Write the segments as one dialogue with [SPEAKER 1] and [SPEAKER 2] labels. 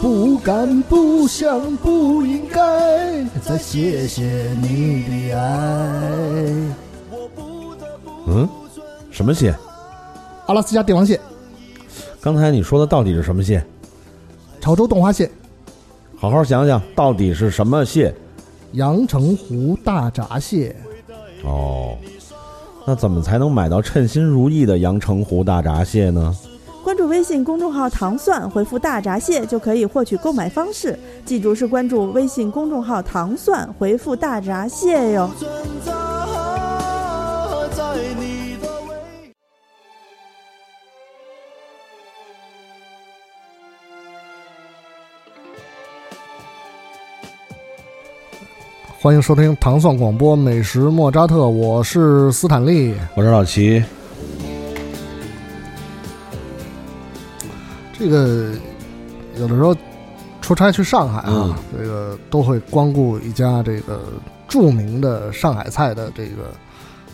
[SPEAKER 1] 不敢、不想、不应该，再谢谢你的爱。
[SPEAKER 2] 嗯，什么蟹？
[SPEAKER 1] 阿拉斯加帝王蟹、
[SPEAKER 2] 刚才你说的到底是什么蟹？
[SPEAKER 1] 潮州冻花蟹、
[SPEAKER 2] 好好想想，到底是什么蟹？
[SPEAKER 1] 阳澄湖大闸蟹，
[SPEAKER 2] 哦，那怎么才能买到称心如意的阳澄湖大闸蟹呢？
[SPEAKER 3] 关注微信公众号“糖蒜”，回复“大闸蟹”就可以获取购买方式。记住是关注微信公众号“糖蒜”，回复“大闸蟹”哟。
[SPEAKER 4] 存在在你的胃。
[SPEAKER 1] 欢迎收听糖蒜广播美食莫扎特，我是斯坦利。
[SPEAKER 2] 我是老齐，
[SPEAKER 1] 这个有的时候出差去上海
[SPEAKER 2] 嗯
[SPEAKER 1] 啊，这个都会光顾一家这个著名的上海菜的这个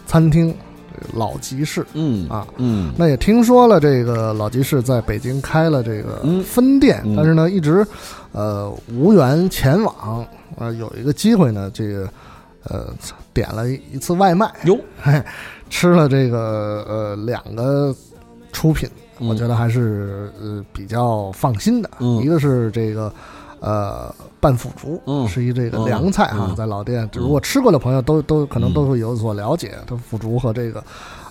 [SPEAKER 1] 餐厅，这个老集市。
[SPEAKER 2] 嗯
[SPEAKER 1] 啊
[SPEAKER 2] 嗯
[SPEAKER 1] 那也听说了，这个老集市在北京开了这个
[SPEAKER 2] 嗯
[SPEAKER 1] 分店，
[SPEAKER 2] 嗯
[SPEAKER 1] 但是呢，一直呃无缘前往。呃，有一个机会呢，这个呃点了一次外卖，
[SPEAKER 2] 哟，
[SPEAKER 1] 吃了这个呃两个出品，
[SPEAKER 2] 嗯
[SPEAKER 1] 我觉得还是呃比较放心的。
[SPEAKER 2] 嗯
[SPEAKER 1] 一个是这个呃拌腐竹，
[SPEAKER 2] 嗯
[SPEAKER 1] 是一这个凉菜哈，
[SPEAKER 2] 嗯
[SPEAKER 1] 在老店如果吃过的朋友都都可能都会有所了解，它腐竹和这个。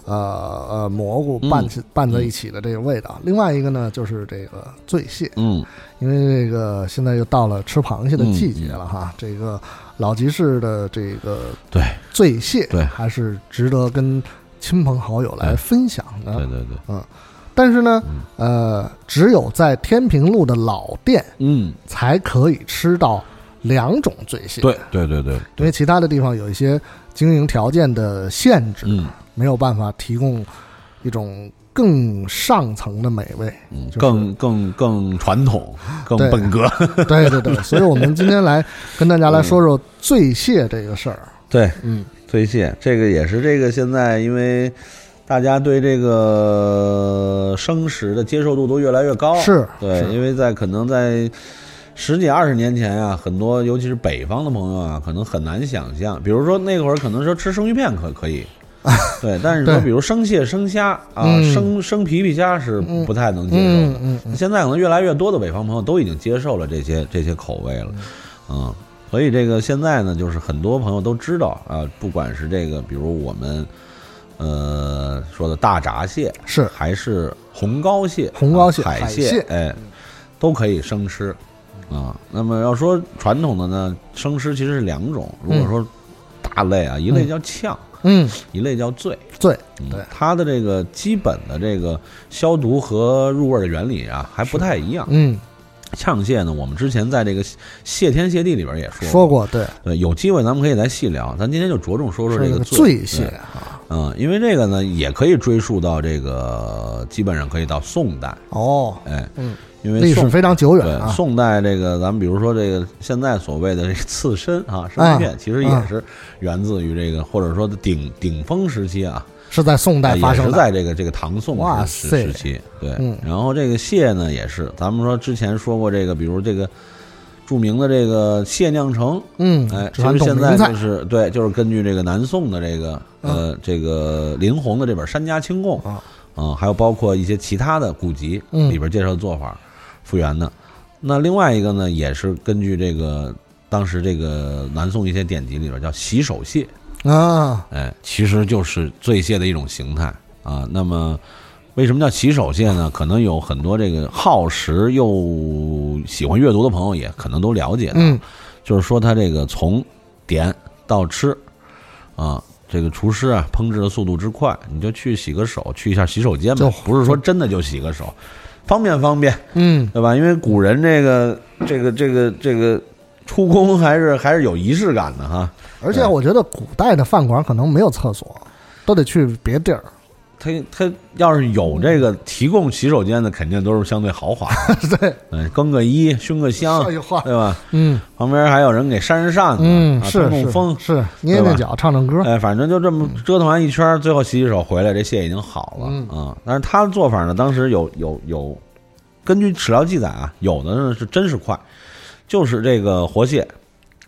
[SPEAKER 1] 呃呃，蘑菇
[SPEAKER 2] 嗯
[SPEAKER 1] 拌起、拌在一起的这个味道。另外一个呢，就是这个醉蟹，
[SPEAKER 2] 嗯
[SPEAKER 1] 因为这个现在又到了吃螃蟹的季节了哈。这个老集市的这个
[SPEAKER 2] 对
[SPEAKER 1] 醉蟹，
[SPEAKER 2] 对
[SPEAKER 1] 还是值得跟亲朋好友来
[SPEAKER 2] 对
[SPEAKER 1] 分享的。
[SPEAKER 2] 对对对，
[SPEAKER 1] 但是呢
[SPEAKER 2] 嗯，
[SPEAKER 1] 呃，只有在天平路的老店
[SPEAKER 2] 嗯
[SPEAKER 1] 才可以吃到两种醉蟹，
[SPEAKER 2] 对对对对
[SPEAKER 1] 因为其他的地方有一些经营条件的限制，
[SPEAKER 2] 嗯
[SPEAKER 1] 没有办法提供一种更上层的美 味。
[SPEAKER 2] 嗯，
[SPEAKER 1] 就是
[SPEAKER 2] 更更更传统，更
[SPEAKER 1] 对
[SPEAKER 2] 本格，
[SPEAKER 1] 对对对，所以我们今天来跟大家来说说醉蟹这个事儿。
[SPEAKER 2] 对
[SPEAKER 1] 嗯，
[SPEAKER 2] 推蟹，这个也是这个现在因为大家对这个生食的接受度都越来越高，
[SPEAKER 1] 是
[SPEAKER 2] 对，
[SPEAKER 1] 是
[SPEAKER 2] 因为在可能在十几二十年前啊，很多尤其是北方的朋友啊，可能很难想象，比如说那会儿可能说吃生鱼片可 可以。对，但是说
[SPEAKER 1] 对
[SPEAKER 2] 比如生蟹、生虾啊、
[SPEAKER 1] 嗯
[SPEAKER 2] 生生皮皮虾是
[SPEAKER 1] 嗯
[SPEAKER 2] 不太能接受的
[SPEAKER 1] 嗯。嗯嗯，
[SPEAKER 2] 现在可能越来越多的北方朋友都已经接受了这些这些口味了，嗯，所以这个现在呢，就是很多朋友都知道啊，不管是这个，比如我们呃说的大闸蟹，
[SPEAKER 1] 是
[SPEAKER 2] 还是红膏蟹、
[SPEAKER 1] 红膏蟹
[SPEAKER 2] 啊海
[SPEAKER 1] 海蟹嗯
[SPEAKER 2] 哎，都可以生吃啊。那么要说传统的呢，生吃其实是两种，如果说大类啊，一类叫呛，
[SPEAKER 1] 嗯
[SPEAKER 2] 一类叫醉。
[SPEAKER 1] 醉
[SPEAKER 2] 嗯
[SPEAKER 1] 对
[SPEAKER 2] 它的这个基本的这个消毒和入味儿的原理啊，还不太一样。
[SPEAKER 1] 嗯
[SPEAKER 2] 呛蟹呢，我们之前在这个《谢天谢地》里边也说
[SPEAKER 1] 说过对，
[SPEAKER 2] 对，有机会咱们可以来细聊。咱今天就着重说说
[SPEAKER 1] 是
[SPEAKER 2] 这
[SPEAKER 1] 一个
[SPEAKER 2] 醉
[SPEAKER 1] 醉蟹，啊。
[SPEAKER 2] 嗯，因为这个呢，也可以追溯到这个，基本上可以到宋代，
[SPEAKER 1] 哦，
[SPEAKER 2] 哎，
[SPEAKER 1] 嗯，
[SPEAKER 2] 因为
[SPEAKER 1] 历史
[SPEAKER 2] 宋
[SPEAKER 1] 非常久远
[SPEAKER 2] 对
[SPEAKER 1] 啊。
[SPEAKER 2] 宋代这个，咱们比如说这个现在所谓的这个刺身啊，生鱼片，其实也是源自于这个，或者说顶顶峰时期啊，
[SPEAKER 1] 是在宋代发
[SPEAKER 2] 也
[SPEAKER 1] 生
[SPEAKER 2] 是
[SPEAKER 1] 的。
[SPEAKER 2] 在这个这个唐宋
[SPEAKER 1] 哇
[SPEAKER 2] 时
[SPEAKER 1] 塞
[SPEAKER 2] 时期，对。
[SPEAKER 1] 嗯
[SPEAKER 2] 然后这个蟹呢，也是咱们说之前说过这个，比如这个著名的这个蟹酿城，
[SPEAKER 1] 嗯，
[SPEAKER 2] 哎，其
[SPEAKER 1] 传
[SPEAKER 2] 实
[SPEAKER 1] 统
[SPEAKER 2] 现
[SPEAKER 1] 名
[SPEAKER 2] 在
[SPEAKER 1] 菜嗯
[SPEAKER 2] 就是对，就是根据这个南宋的这个呃这个林洪的这本《山家清供》
[SPEAKER 1] 啊
[SPEAKER 2] 啊，还有包括一些其他的古籍
[SPEAKER 1] 嗯
[SPEAKER 2] 里边介绍的做法复原的。那另外一个呢，也是根据这个当时这个南宋一些典籍里边叫洗手蟹，
[SPEAKER 1] 啊，
[SPEAKER 2] 哎，其实就是醉蟹的一种形态啊。那么，为什么叫骑手蟹呢？可能有很多这个耗时又喜欢阅读的朋友也可能都了解的，
[SPEAKER 1] 嗯
[SPEAKER 2] 就是说它这个从点到吃啊。这个厨师啊，烹制的速度之快，你就去洗个手，去一下洗手间
[SPEAKER 1] 就
[SPEAKER 2] 吧，不是说真的就洗个手，方便方便，
[SPEAKER 1] 嗯，
[SPEAKER 2] 对吧？因为古人这个这个这个这个出宫还是还是有仪式感的哈，
[SPEAKER 1] 而且我觉得古代的饭馆可能没有厕所，都得去别地儿。
[SPEAKER 2] 他他要是有这个提供洗手间的，肯定都是相对豪华，
[SPEAKER 1] 对，
[SPEAKER 2] 嗯，更个衣，熏个香
[SPEAKER 1] 说句，话
[SPEAKER 2] 对啊吧？
[SPEAKER 1] 嗯
[SPEAKER 2] 旁边还有人给扇扇子，
[SPEAKER 1] 嗯，
[SPEAKER 2] 啊
[SPEAKER 1] 是
[SPEAKER 2] 通通风
[SPEAKER 1] 是，是，捏捏
[SPEAKER 2] 吧
[SPEAKER 1] 脚，唱唱歌。嗯
[SPEAKER 2] 哎，反正就这么折腾完一圈，最后洗洗手回来，这蟹已经好了
[SPEAKER 1] 嗯
[SPEAKER 2] 啊。但是他的做法呢，当时有有有根据史料记载啊，有的呢是真是快，就是这个活蟹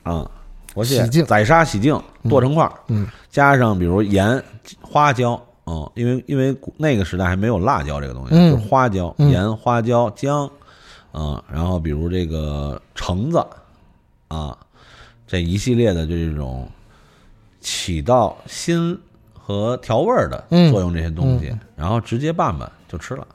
[SPEAKER 2] 啊，活蟹
[SPEAKER 1] 洗净
[SPEAKER 2] 宰杀洗净剁成块儿，
[SPEAKER 1] 嗯
[SPEAKER 2] 加上比如盐、花椒。嗯，因为因为古那个时代还没有辣椒这个东西，
[SPEAKER 1] 嗯
[SPEAKER 2] 就是花椒、
[SPEAKER 1] 嗯
[SPEAKER 2] 盐、花椒、姜，嗯，然后比如这个橙子，啊，这一系列的这种起到辛和调味儿的
[SPEAKER 1] 嗯
[SPEAKER 2] 作用这些东西，然后直接拌拌就吃了。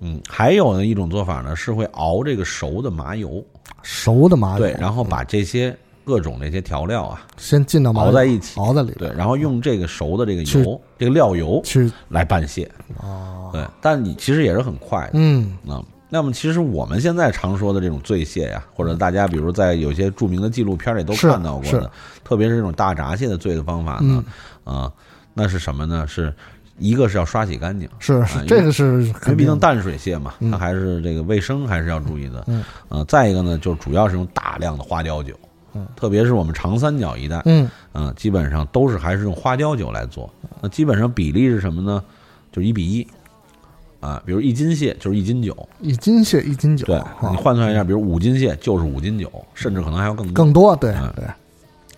[SPEAKER 2] 嗯，还有呢一种做法呢是会熬这个熟的麻油，
[SPEAKER 1] 熟的麻油
[SPEAKER 2] 对，，然后把这些各种这些调料啊，
[SPEAKER 1] 先进到麻油
[SPEAKER 2] 熬在一起
[SPEAKER 1] 熬在里边
[SPEAKER 2] 对，然后用这个熟的这个
[SPEAKER 1] 去
[SPEAKER 2] 油，这个料油
[SPEAKER 1] 去
[SPEAKER 2] 来拌蟹。
[SPEAKER 1] 哦，
[SPEAKER 2] 对，但你其实也是很快的
[SPEAKER 1] 嗯
[SPEAKER 2] 啊。那么其实我们现在常说的这种醉蟹呀、或者大家比如在有些著名的纪录片里都
[SPEAKER 1] 是
[SPEAKER 2] 看到过
[SPEAKER 1] 是嗯
[SPEAKER 2] 的，特别是这种大闸蟹的醉的方法呢，啊，那是什么呢？是一个是要刷洗干净，
[SPEAKER 1] 是
[SPEAKER 2] 因
[SPEAKER 1] 是
[SPEAKER 2] 为
[SPEAKER 1] 这个是
[SPEAKER 2] 啊因为
[SPEAKER 1] 肯
[SPEAKER 2] 毕
[SPEAKER 1] 定
[SPEAKER 2] 竟淡水蟹嘛，
[SPEAKER 1] 嗯
[SPEAKER 2] 它还是这个卫生还是要注意的。
[SPEAKER 1] 嗯，
[SPEAKER 2] 呃，再一个呢，就是主要是用大量的花椒酒，
[SPEAKER 1] 嗯，
[SPEAKER 2] 特别是我们长三角一带，
[SPEAKER 1] 嗯
[SPEAKER 2] 嗯、基本上都是还是用花椒酒来做。那基本上比例是什么呢？就是一比一，啊，比如一斤蟹就是一斤酒，
[SPEAKER 1] 一斤蟹一斤酒，
[SPEAKER 2] 对
[SPEAKER 1] 哈
[SPEAKER 2] 你换算一下，比如五斤蟹就是五斤酒，甚至可能还要更多。
[SPEAKER 1] 更多对
[SPEAKER 2] 嗯
[SPEAKER 1] 对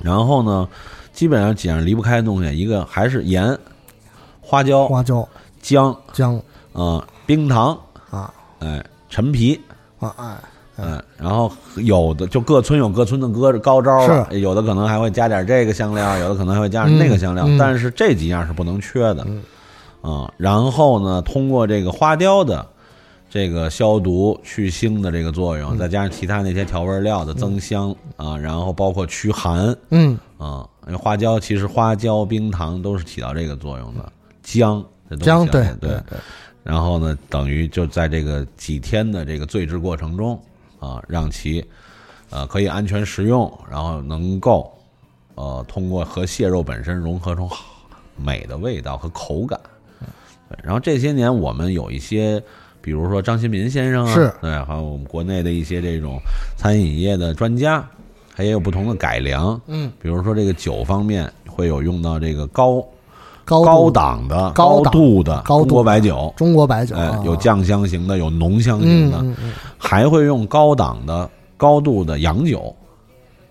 [SPEAKER 2] 然后呢，基本上几样离不开的东西，一个还是盐、花椒、
[SPEAKER 1] 花椒
[SPEAKER 2] 姜，
[SPEAKER 1] 姜
[SPEAKER 2] 嗯、冰糖，
[SPEAKER 1] 啊
[SPEAKER 2] 哎、陈皮，
[SPEAKER 1] 啊哎
[SPEAKER 2] 嗯、然后有的就各村有各村的歌高招了，有的可能还会加点这个香料，有的可能还会加点那个香料，
[SPEAKER 1] 嗯嗯
[SPEAKER 2] 但是这几样是不能缺的，
[SPEAKER 1] 嗯
[SPEAKER 2] 嗯然后呢，通过这个花雕的这个消毒去腥的这个作
[SPEAKER 1] 嗯
[SPEAKER 2] 用，再加上其他那些调味料的增香啊、然后包括驱寒
[SPEAKER 1] 嗯
[SPEAKER 2] 啊、因为花椒其实花椒、冰糖都是起到这个作用的，姜这东西
[SPEAKER 1] 姜
[SPEAKER 2] 啊
[SPEAKER 1] 对
[SPEAKER 2] 对
[SPEAKER 1] 对对
[SPEAKER 2] 然后呢，等于就在这个几天的这个醉制过程中啊，让其呃可以安全食用，然后能够呃通过和蟹肉本身融合出好美的味道和口感。对，然后这些年我们有一些，比如说张新民先生啊，
[SPEAKER 1] 是
[SPEAKER 2] 对，还有我们国内的一些这种餐饮业的专家，他也有不同的改良，
[SPEAKER 1] 嗯
[SPEAKER 2] 比如说这个酒方面会有用到这个高
[SPEAKER 1] 高
[SPEAKER 2] 高
[SPEAKER 1] 度
[SPEAKER 2] 档的、
[SPEAKER 1] 高
[SPEAKER 2] 高
[SPEAKER 1] 档
[SPEAKER 2] 度的
[SPEAKER 1] 高度
[SPEAKER 2] 中国
[SPEAKER 1] 的
[SPEAKER 2] 白酒，
[SPEAKER 1] 中国白酒
[SPEAKER 2] 哎
[SPEAKER 1] 啊，
[SPEAKER 2] 有酱香型的，有浓香
[SPEAKER 1] 嗯
[SPEAKER 2] 型的，
[SPEAKER 1] 嗯嗯
[SPEAKER 2] 还会用高档的、高度的洋酒，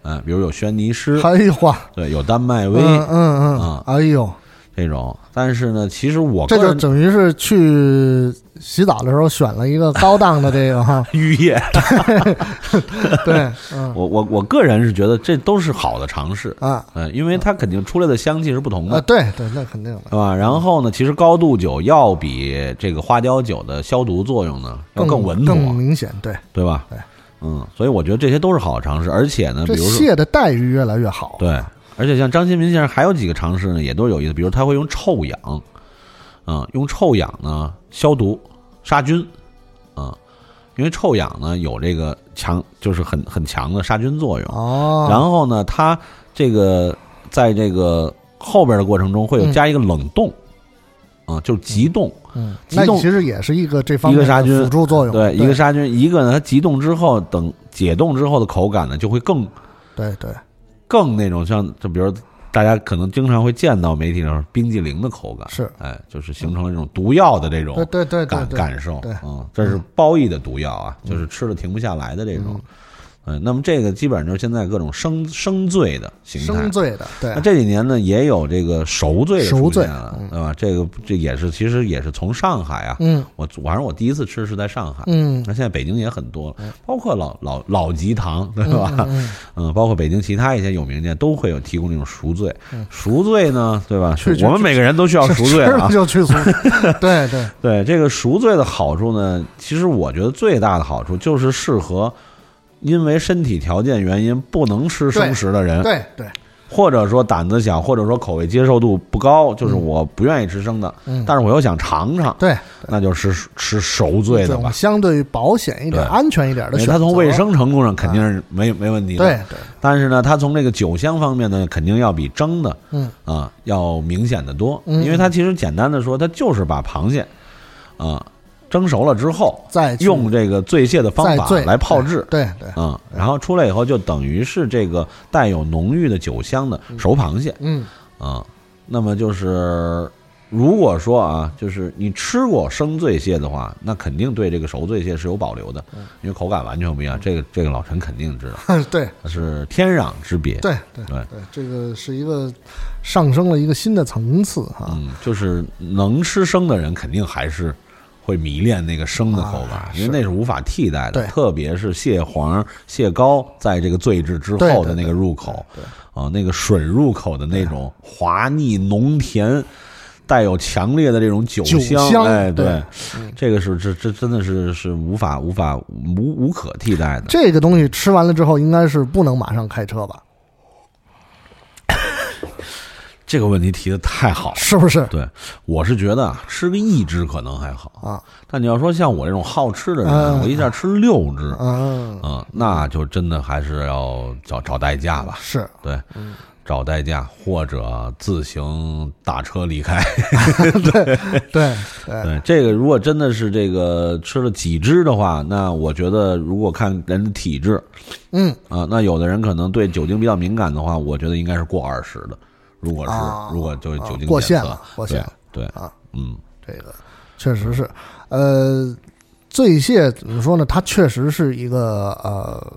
[SPEAKER 2] 哎，比如有轩尼诗，
[SPEAKER 1] 哎呦哇
[SPEAKER 2] 对，有丹麦威、
[SPEAKER 1] 嗯嗯嗯
[SPEAKER 2] 啊
[SPEAKER 1] 哎呦
[SPEAKER 2] 这种。但是呢，其实我
[SPEAKER 1] 这
[SPEAKER 2] 个
[SPEAKER 1] 就
[SPEAKER 2] 人，
[SPEAKER 1] 等于是去洗澡的时候选了一个高档的这个哈
[SPEAKER 2] 浴液，
[SPEAKER 1] 对，嗯
[SPEAKER 2] 我我我个人是觉得这都是好的尝试，
[SPEAKER 1] 啊
[SPEAKER 2] 嗯，因为它肯定出来的香气是不同
[SPEAKER 1] 啊，
[SPEAKER 2] 的。
[SPEAKER 1] 对对，那肯定的，
[SPEAKER 2] 是吧？然后呢，其实高度酒要比这个花椒酒的消毒作用呢要
[SPEAKER 1] 更
[SPEAKER 2] 稳妥，
[SPEAKER 1] 更明显，对，
[SPEAKER 2] 对吧？
[SPEAKER 1] 对，
[SPEAKER 2] 嗯，所以我觉得这些都是好尝试，而且呢，
[SPEAKER 1] 这
[SPEAKER 2] 比如说
[SPEAKER 1] 蟹的待遇越来越好，
[SPEAKER 2] 对，而且像张新民先生还有几个尝试呢，也都有意思，比如他会用臭氧，啊、用臭氧呢消毒杀菌，啊、因为臭氧呢有这个强，就是很很强的杀菌作用。
[SPEAKER 1] 哦，
[SPEAKER 2] 然后呢，它这个在这个后边的过程中会有
[SPEAKER 1] 嗯
[SPEAKER 2] 加一个冷冻，啊、就是急冻，
[SPEAKER 1] 嗯，
[SPEAKER 2] 激
[SPEAKER 1] 那
[SPEAKER 2] 动
[SPEAKER 1] 其实也是一个这方面
[SPEAKER 2] 一个杀菌
[SPEAKER 1] 的辅助作用，
[SPEAKER 2] 对，
[SPEAKER 1] 嗯对，
[SPEAKER 2] 一个杀菌，一个呢它急冻之后，等解冻之后的口感呢就会更
[SPEAKER 1] 对对，
[SPEAKER 2] 啊更那种像，就比如大家可能经常会见到媒体上冰激凌的口感，
[SPEAKER 1] 是，
[SPEAKER 2] 哎，就是形成了这种毒药的这种
[SPEAKER 1] 对对对对
[SPEAKER 2] 感
[SPEAKER 1] 对，
[SPEAKER 2] 感受，
[SPEAKER 1] 对嗯
[SPEAKER 2] 嗯，这是褒义的毒药啊，就是吃了停不下来的这种，嗯，那么这个基本上就是现在各种生生醉的形态啊
[SPEAKER 1] 生。醉的，对
[SPEAKER 2] 那，这几年呢，也有这个熟醉的
[SPEAKER 1] 熟
[SPEAKER 2] 出
[SPEAKER 1] 醉
[SPEAKER 2] 现了
[SPEAKER 1] 嗯，
[SPEAKER 2] 对吧？这个这也是其实也是从上海啊，
[SPEAKER 1] 嗯
[SPEAKER 2] 我反正我第一次吃是在上海，
[SPEAKER 1] 嗯
[SPEAKER 2] 那现在北京也很多了，包括老老老吉堂，对吧？
[SPEAKER 1] 嗯嗯，
[SPEAKER 2] 嗯，包括北京其他一些有名店都会有提供这种赎罪，
[SPEAKER 1] 嗯
[SPEAKER 2] 赎罪呢，对吧？
[SPEAKER 1] 去去
[SPEAKER 2] 我们每个人都需要赎罪
[SPEAKER 1] 吃
[SPEAKER 2] 的
[SPEAKER 1] 了
[SPEAKER 2] 啊。
[SPEAKER 1] 就去赎， 对对，
[SPEAKER 2] 对这个赎罪的好处呢，其实我觉得最大的好处就是适合因为身体条件原因不能吃生食的人，
[SPEAKER 1] 对对，
[SPEAKER 2] 或者说胆子小，或者说口味接受度不高，就是
[SPEAKER 1] 嗯
[SPEAKER 2] 我不愿意吃生的，
[SPEAKER 1] 嗯，
[SPEAKER 2] 但是我又想尝尝，
[SPEAKER 1] 对，
[SPEAKER 2] 那就吃吃熟醉
[SPEAKER 1] 这
[SPEAKER 2] 的
[SPEAKER 1] 种
[SPEAKER 2] 吧，
[SPEAKER 1] 相对于保险一点、
[SPEAKER 2] 对
[SPEAKER 1] 安全一点
[SPEAKER 2] 因
[SPEAKER 1] 的
[SPEAKER 2] 为
[SPEAKER 1] 选
[SPEAKER 2] 它
[SPEAKER 1] 择，啊
[SPEAKER 2] 从卫生程度上肯定是没没问题的。
[SPEAKER 1] 对对，
[SPEAKER 2] 但是呢，它从这个酒香方面呢，肯定要比蒸的，
[SPEAKER 1] 嗯
[SPEAKER 2] 啊，要明显的多，
[SPEAKER 1] 嗯
[SPEAKER 2] 因为它其实简单的说，它就是把螃蟹，啊，蒸熟了之后，
[SPEAKER 1] 再去
[SPEAKER 2] 用这个醉蟹的方
[SPEAKER 1] 再
[SPEAKER 2] 法
[SPEAKER 1] 醉
[SPEAKER 2] 来泡制，
[SPEAKER 1] 对对，
[SPEAKER 2] 啊，然后出来以后就等于是这个带有浓郁的酒香的熟螃蟹
[SPEAKER 1] 嗯
[SPEAKER 2] 啊，那么就是如果说啊，就是你吃过生醉蟹的话，那肯定对这个熟醉蟹是有保留的，
[SPEAKER 1] 嗯
[SPEAKER 2] 因为口感完全不一样。这个这个老陈肯定知道，
[SPEAKER 1] 对
[SPEAKER 2] 它是天壤之别。
[SPEAKER 1] 对对
[SPEAKER 2] 对
[SPEAKER 1] 对，这个是一个上升了一个新的层次哈。
[SPEAKER 2] 嗯，就是能吃生的人肯定还是会迷恋那个生的口感，
[SPEAKER 1] 啊
[SPEAKER 2] 因为
[SPEAKER 1] 是
[SPEAKER 2] 那是无法替代的。
[SPEAKER 1] 对
[SPEAKER 2] 特别是蟹黄、蟹膏在这个醉制之
[SPEAKER 1] 对
[SPEAKER 2] 后
[SPEAKER 1] 对
[SPEAKER 2] 的那个入口
[SPEAKER 1] 对对
[SPEAKER 2] 啊，那个吮入口的那种滑腻浓甜。带有强烈的这种酒
[SPEAKER 1] 酒
[SPEAKER 2] 香，
[SPEAKER 1] 香
[SPEAKER 2] 哎，对，
[SPEAKER 1] 对嗯
[SPEAKER 2] 这个是这这真的是是无法无法无无可替代的。
[SPEAKER 1] 这个东西吃完了之后，应该是不能马上开车吧？
[SPEAKER 2] 这个问题提的太好了，
[SPEAKER 1] 是不是？
[SPEAKER 2] 对我是觉得啊，吃个一只可能还好
[SPEAKER 1] 啊，
[SPEAKER 2] 但你要说像我这种好吃的人，
[SPEAKER 1] 嗯
[SPEAKER 2] 我一下吃六只，
[SPEAKER 1] 嗯，
[SPEAKER 2] 嗯，那就真的还是要找找代驾吧，
[SPEAKER 1] 是
[SPEAKER 2] 对，
[SPEAKER 1] 嗯
[SPEAKER 2] 找代驾或者自行打车离开。
[SPEAKER 1] 对对
[SPEAKER 2] 对，这个如果真的是这个吃了几只的话，那我觉得如果看人的体质
[SPEAKER 1] 嗯
[SPEAKER 2] 啊、那有的人可能对酒精比较敏感的话，我觉得应该是过二十的。如果是、
[SPEAKER 1] 啊
[SPEAKER 2] 如果就是酒精、检
[SPEAKER 1] 过线
[SPEAKER 2] 测
[SPEAKER 1] 了过线了
[SPEAKER 2] 对对
[SPEAKER 1] 啊，
[SPEAKER 2] 嗯，
[SPEAKER 1] 这个确实是，呃，醉蟹怎么说呢？它确实是一个呃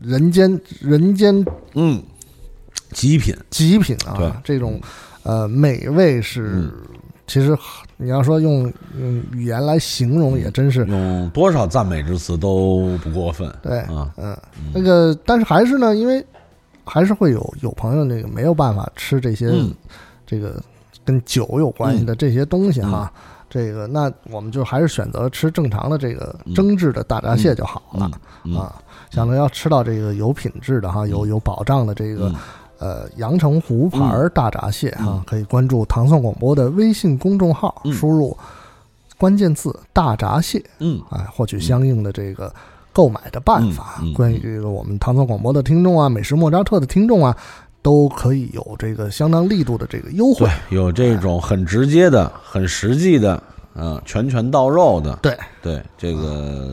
[SPEAKER 1] 人间人间
[SPEAKER 2] 嗯，极品，
[SPEAKER 1] 极品
[SPEAKER 2] 对嗯
[SPEAKER 1] 啊，这种呃美味是、其实你要说用用语言来形
[SPEAKER 2] 嗯
[SPEAKER 1] 容，也真是、
[SPEAKER 2] 用多少赞美之词都不过分。
[SPEAKER 1] 对，
[SPEAKER 2] 啊，
[SPEAKER 1] 嗯，那个但是还是呢，因为还是会有有朋友那个没有办法吃这些、
[SPEAKER 2] 嗯
[SPEAKER 1] 这个跟酒有关系的这些东西
[SPEAKER 2] 嗯
[SPEAKER 1] 哈。这个，那我们就还是选择吃正常的这个蒸制的大闸蟹就好了、
[SPEAKER 2] 嗯嗯
[SPEAKER 1] 啊。想着要吃到这个有品质的哈，有有保障的这个、
[SPEAKER 2] 嗯
[SPEAKER 1] 呃阳澄湖牌儿大闸蟹哈、可以关注糖蒜广播的微信公众号，
[SPEAKER 2] 嗯
[SPEAKER 1] 输入关键字“大闸蟹”
[SPEAKER 2] 嗯
[SPEAKER 1] 啊，获取相应的这个购买的办法。
[SPEAKER 2] 嗯嗯嗯
[SPEAKER 1] 关于这个我们唐宋广播的听众啊，美食莫扎特的听众啊，都可以有这个相当力度的这个优惠
[SPEAKER 2] 对。，有这种很直接的、很实际的，嗯、拳拳到肉的，
[SPEAKER 1] 对，
[SPEAKER 2] 对这个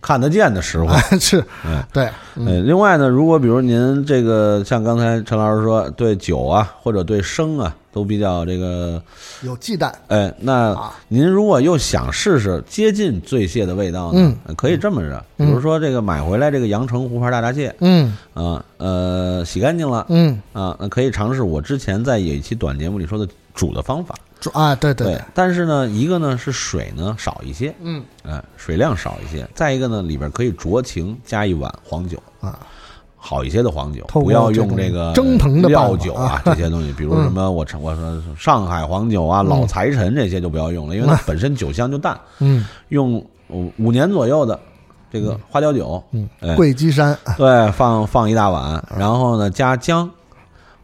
[SPEAKER 2] 看得见的实惠。
[SPEAKER 1] 是
[SPEAKER 2] 嗯，
[SPEAKER 1] 对，
[SPEAKER 2] 呃，另外呢，如果比如您这个像刚才陈老师说，对酒啊或者对生啊都比较这个，
[SPEAKER 1] 有忌惮。
[SPEAKER 2] 哎，那
[SPEAKER 1] 啊
[SPEAKER 2] 您如果又想试试接近醉蟹的味道呢，
[SPEAKER 1] 嗯
[SPEAKER 2] 呃可以这么着，比如说这个买回来这个阳澄湖牌大闸蟹
[SPEAKER 1] 嗯
[SPEAKER 2] 啊，呃，洗干净了
[SPEAKER 1] 嗯，
[SPEAKER 2] 啊，那可以尝试我之前在有一期短节目里说的煮的方法。
[SPEAKER 1] 主啊，对对对，
[SPEAKER 2] 但是呢，一个呢是水呢少一些，
[SPEAKER 1] 嗯
[SPEAKER 2] 哎、水量少一些；再一个呢，里边可以酌情加一碗黄酒，
[SPEAKER 1] 啊，
[SPEAKER 2] 好一些的黄酒，
[SPEAKER 1] 透过
[SPEAKER 2] 不要
[SPEAKER 1] 这种
[SPEAKER 2] 用这个
[SPEAKER 1] 蒸腾的办法嗯
[SPEAKER 2] 料酒啊，这些东西，比如什么我尝我说上海黄酒啊、老财神这些就不要用了，因为它本身酒香就淡。
[SPEAKER 1] 嗯，
[SPEAKER 2] 用五五年左右的这个花雕酒，
[SPEAKER 1] 嗯
[SPEAKER 2] 哎
[SPEAKER 1] 桂鸡山
[SPEAKER 2] 对，放放一大碗，然后呢加姜，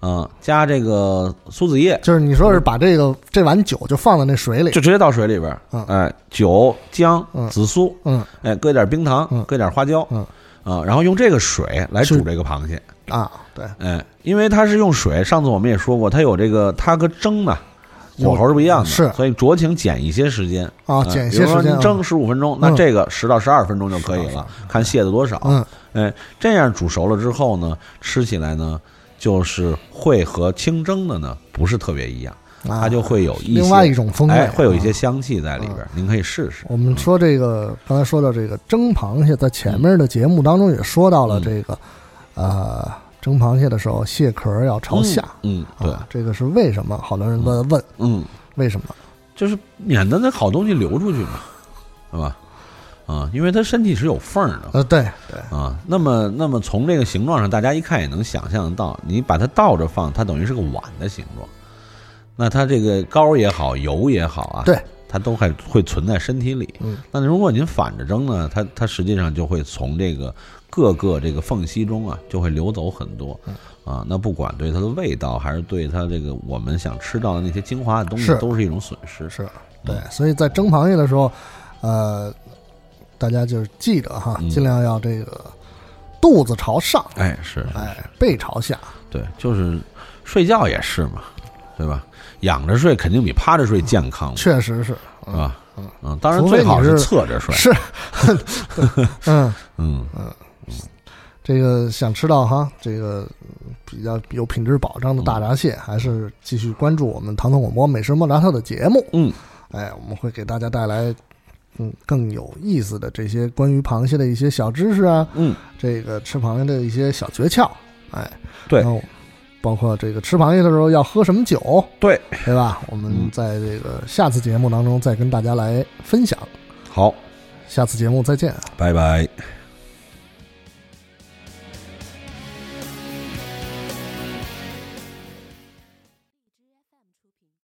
[SPEAKER 2] 嗯、加这个苏子叶，
[SPEAKER 1] 就是你说是把这个这碗酒就放到那水里，
[SPEAKER 2] 就直接到水里边儿，
[SPEAKER 1] 嗯
[SPEAKER 2] 哎，酒、姜
[SPEAKER 1] 嗯、
[SPEAKER 2] 紫苏，
[SPEAKER 1] 嗯
[SPEAKER 2] 哎，搁一点冰糖
[SPEAKER 1] 嗯，
[SPEAKER 2] 搁一点花椒，
[SPEAKER 1] 嗯
[SPEAKER 2] 啊，然后用这个水来
[SPEAKER 1] 是
[SPEAKER 2] 煮这个螃蟹，
[SPEAKER 1] 啊，对，
[SPEAKER 2] 哎，因为它是用水，上次我们也说过，它有这个它和蒸呢。
[SPEAKER 1] 有
[SPEAKER 2] 火候是不一样的，
[SPEAKER 1] 是
[SPEAKER 2] 所以酌情减一些时间
[SPEAKER 1] 啊
[SPEAKER 2] 哎
[SPEAKER 1] 减一
[SPEAKER 2] 比
[SPEAKER 1] 些
[SPEAKER 2] 如说
[SPEAKER 1] 时间
[SPEAKER 2] 您
[SPEAKER 1] 啊
[SPEAKER 2] 蒸十五分钟，那
[SPEAKER 1] 嗯啊
[SPEAKER 2] 这个十到十二分钟就可以了，看蟹的多少。
[SPEAKER 1] 嗯，
[SPEAKER 2] 哎，这样煮熟了之后呢，吃起来呢，就是会和清蒸的呢不是特别一样，
[SPEAKER 1] 啊
[SPEAKER 2] 它就会有一些
[SPEAKER 1] 另外一种风味
[SPEAKER 2] 哎，会有一
[SPEAKER 1] 啊
[SPEAKER 2] 些香气在里边儿，您可以试试。
[SPEAKER 1] 我们说这个，刚才说到这个蒸螃蟹，在前面的节目当中也说到
[SPEAKER 2] 嗯
[SPEAKER 1] 了这个，呃，蒸螃蟹的时候蟹壳要朝下，
[SPEAKER 2] 嗯，嗯，对，
[SPEAKER 1] 啊，这个是为什么？好多人问问
[SPEAKER 2] 嗯，
[SPEAKER 1] 为什么？
[SPEAKER 2] 就是免得那好东西流出去嘛，对吧？啊，因为它身体是有缝儿的
[SPEAKER 1] 呃，对对，
[SPEAKER 2] 啊。那么，那么从这个形状上，大家一看也能想象得到，你把它倒着放，它等于是个碗的形状。那它这个膏也好，油也好啊，
[SPEAKER 1] 对，
[SPEAKER 2] 它都还会存在身体里。
[SPEAKER 1] 嗯，
[SPEAKER 2] 那如果您反着蒸呢，它它实际上就会从这个各个这个缝隙中啊，就会流走很多。
[SPEAKER 1] 嗯
[SPEAKER 2] 啊，那不管对它的味道，还是对它这个我们想吃到的那些精华的东西
[SPEAKER 1] 是，
[SPEAKER 2] 都是一种损失。
[SPEAKER 1] 是对，所以在蒸螃蟹的时候，呃，大家就是记着哈，
[SPEAKER 2] 嗯
[SPEAKER 1] 尽量要这个肚子朝上，
[SPEAKER 2] 哎，是，
[SPEAKER 1] 哎，背朝下，
[SPEAKER 2] 对，就是睡觉也是嘛，对吧？仰着睡肯定比趴着睡健康嘛，
[SPEAKER 1] 确实是
[SPEAKER 2] 是吧？嗯，当然
[SPEAKER 1] 除非
[SPEAKER 2] 最好
[SPEAKER 1] 你
[SPEAKER 2] 是
[SPEAKER 1] 是
[SPEAKER 2] 侧着睡。
[SPEAKER 1] 是，嗯，
[SPEAKER 2] 嗯，
[SPEAKER 1] 这个想吃到哈，这个比较有品质保
[SPEAKER 2] 嗯
[SPEAKER 1] 障的大闸蟹，还是继续关注我们《糖糖广播美食莫扎特》的节目。
[SPEAKER 2] 嗯，
[SPEAKER 1] 哎，我们会给大家带来嗯更有意思的这些关于螃蟹的一些小知识啊，
[SPEAKER 2] 嗯，
[SPEAKER 1] 这个吃螃蟹的一些小诀窍。哎，
[SPEAKER 2] 对
[SPEAKER 1] 然后包括这个吃螃蟹的时候要喝什么酒，
[SPEAKER 2] 对，
[SPEAKER 1] 对吧？我们
[SPEAKER 2] 嗯
[SPEAKER 1] 在这个下次节目当中再跟大家来分享。
[SPEAKER 2] 好，
[SPEAKER 1] 下次节目再见。
[SPEAKER 2] 拜拜。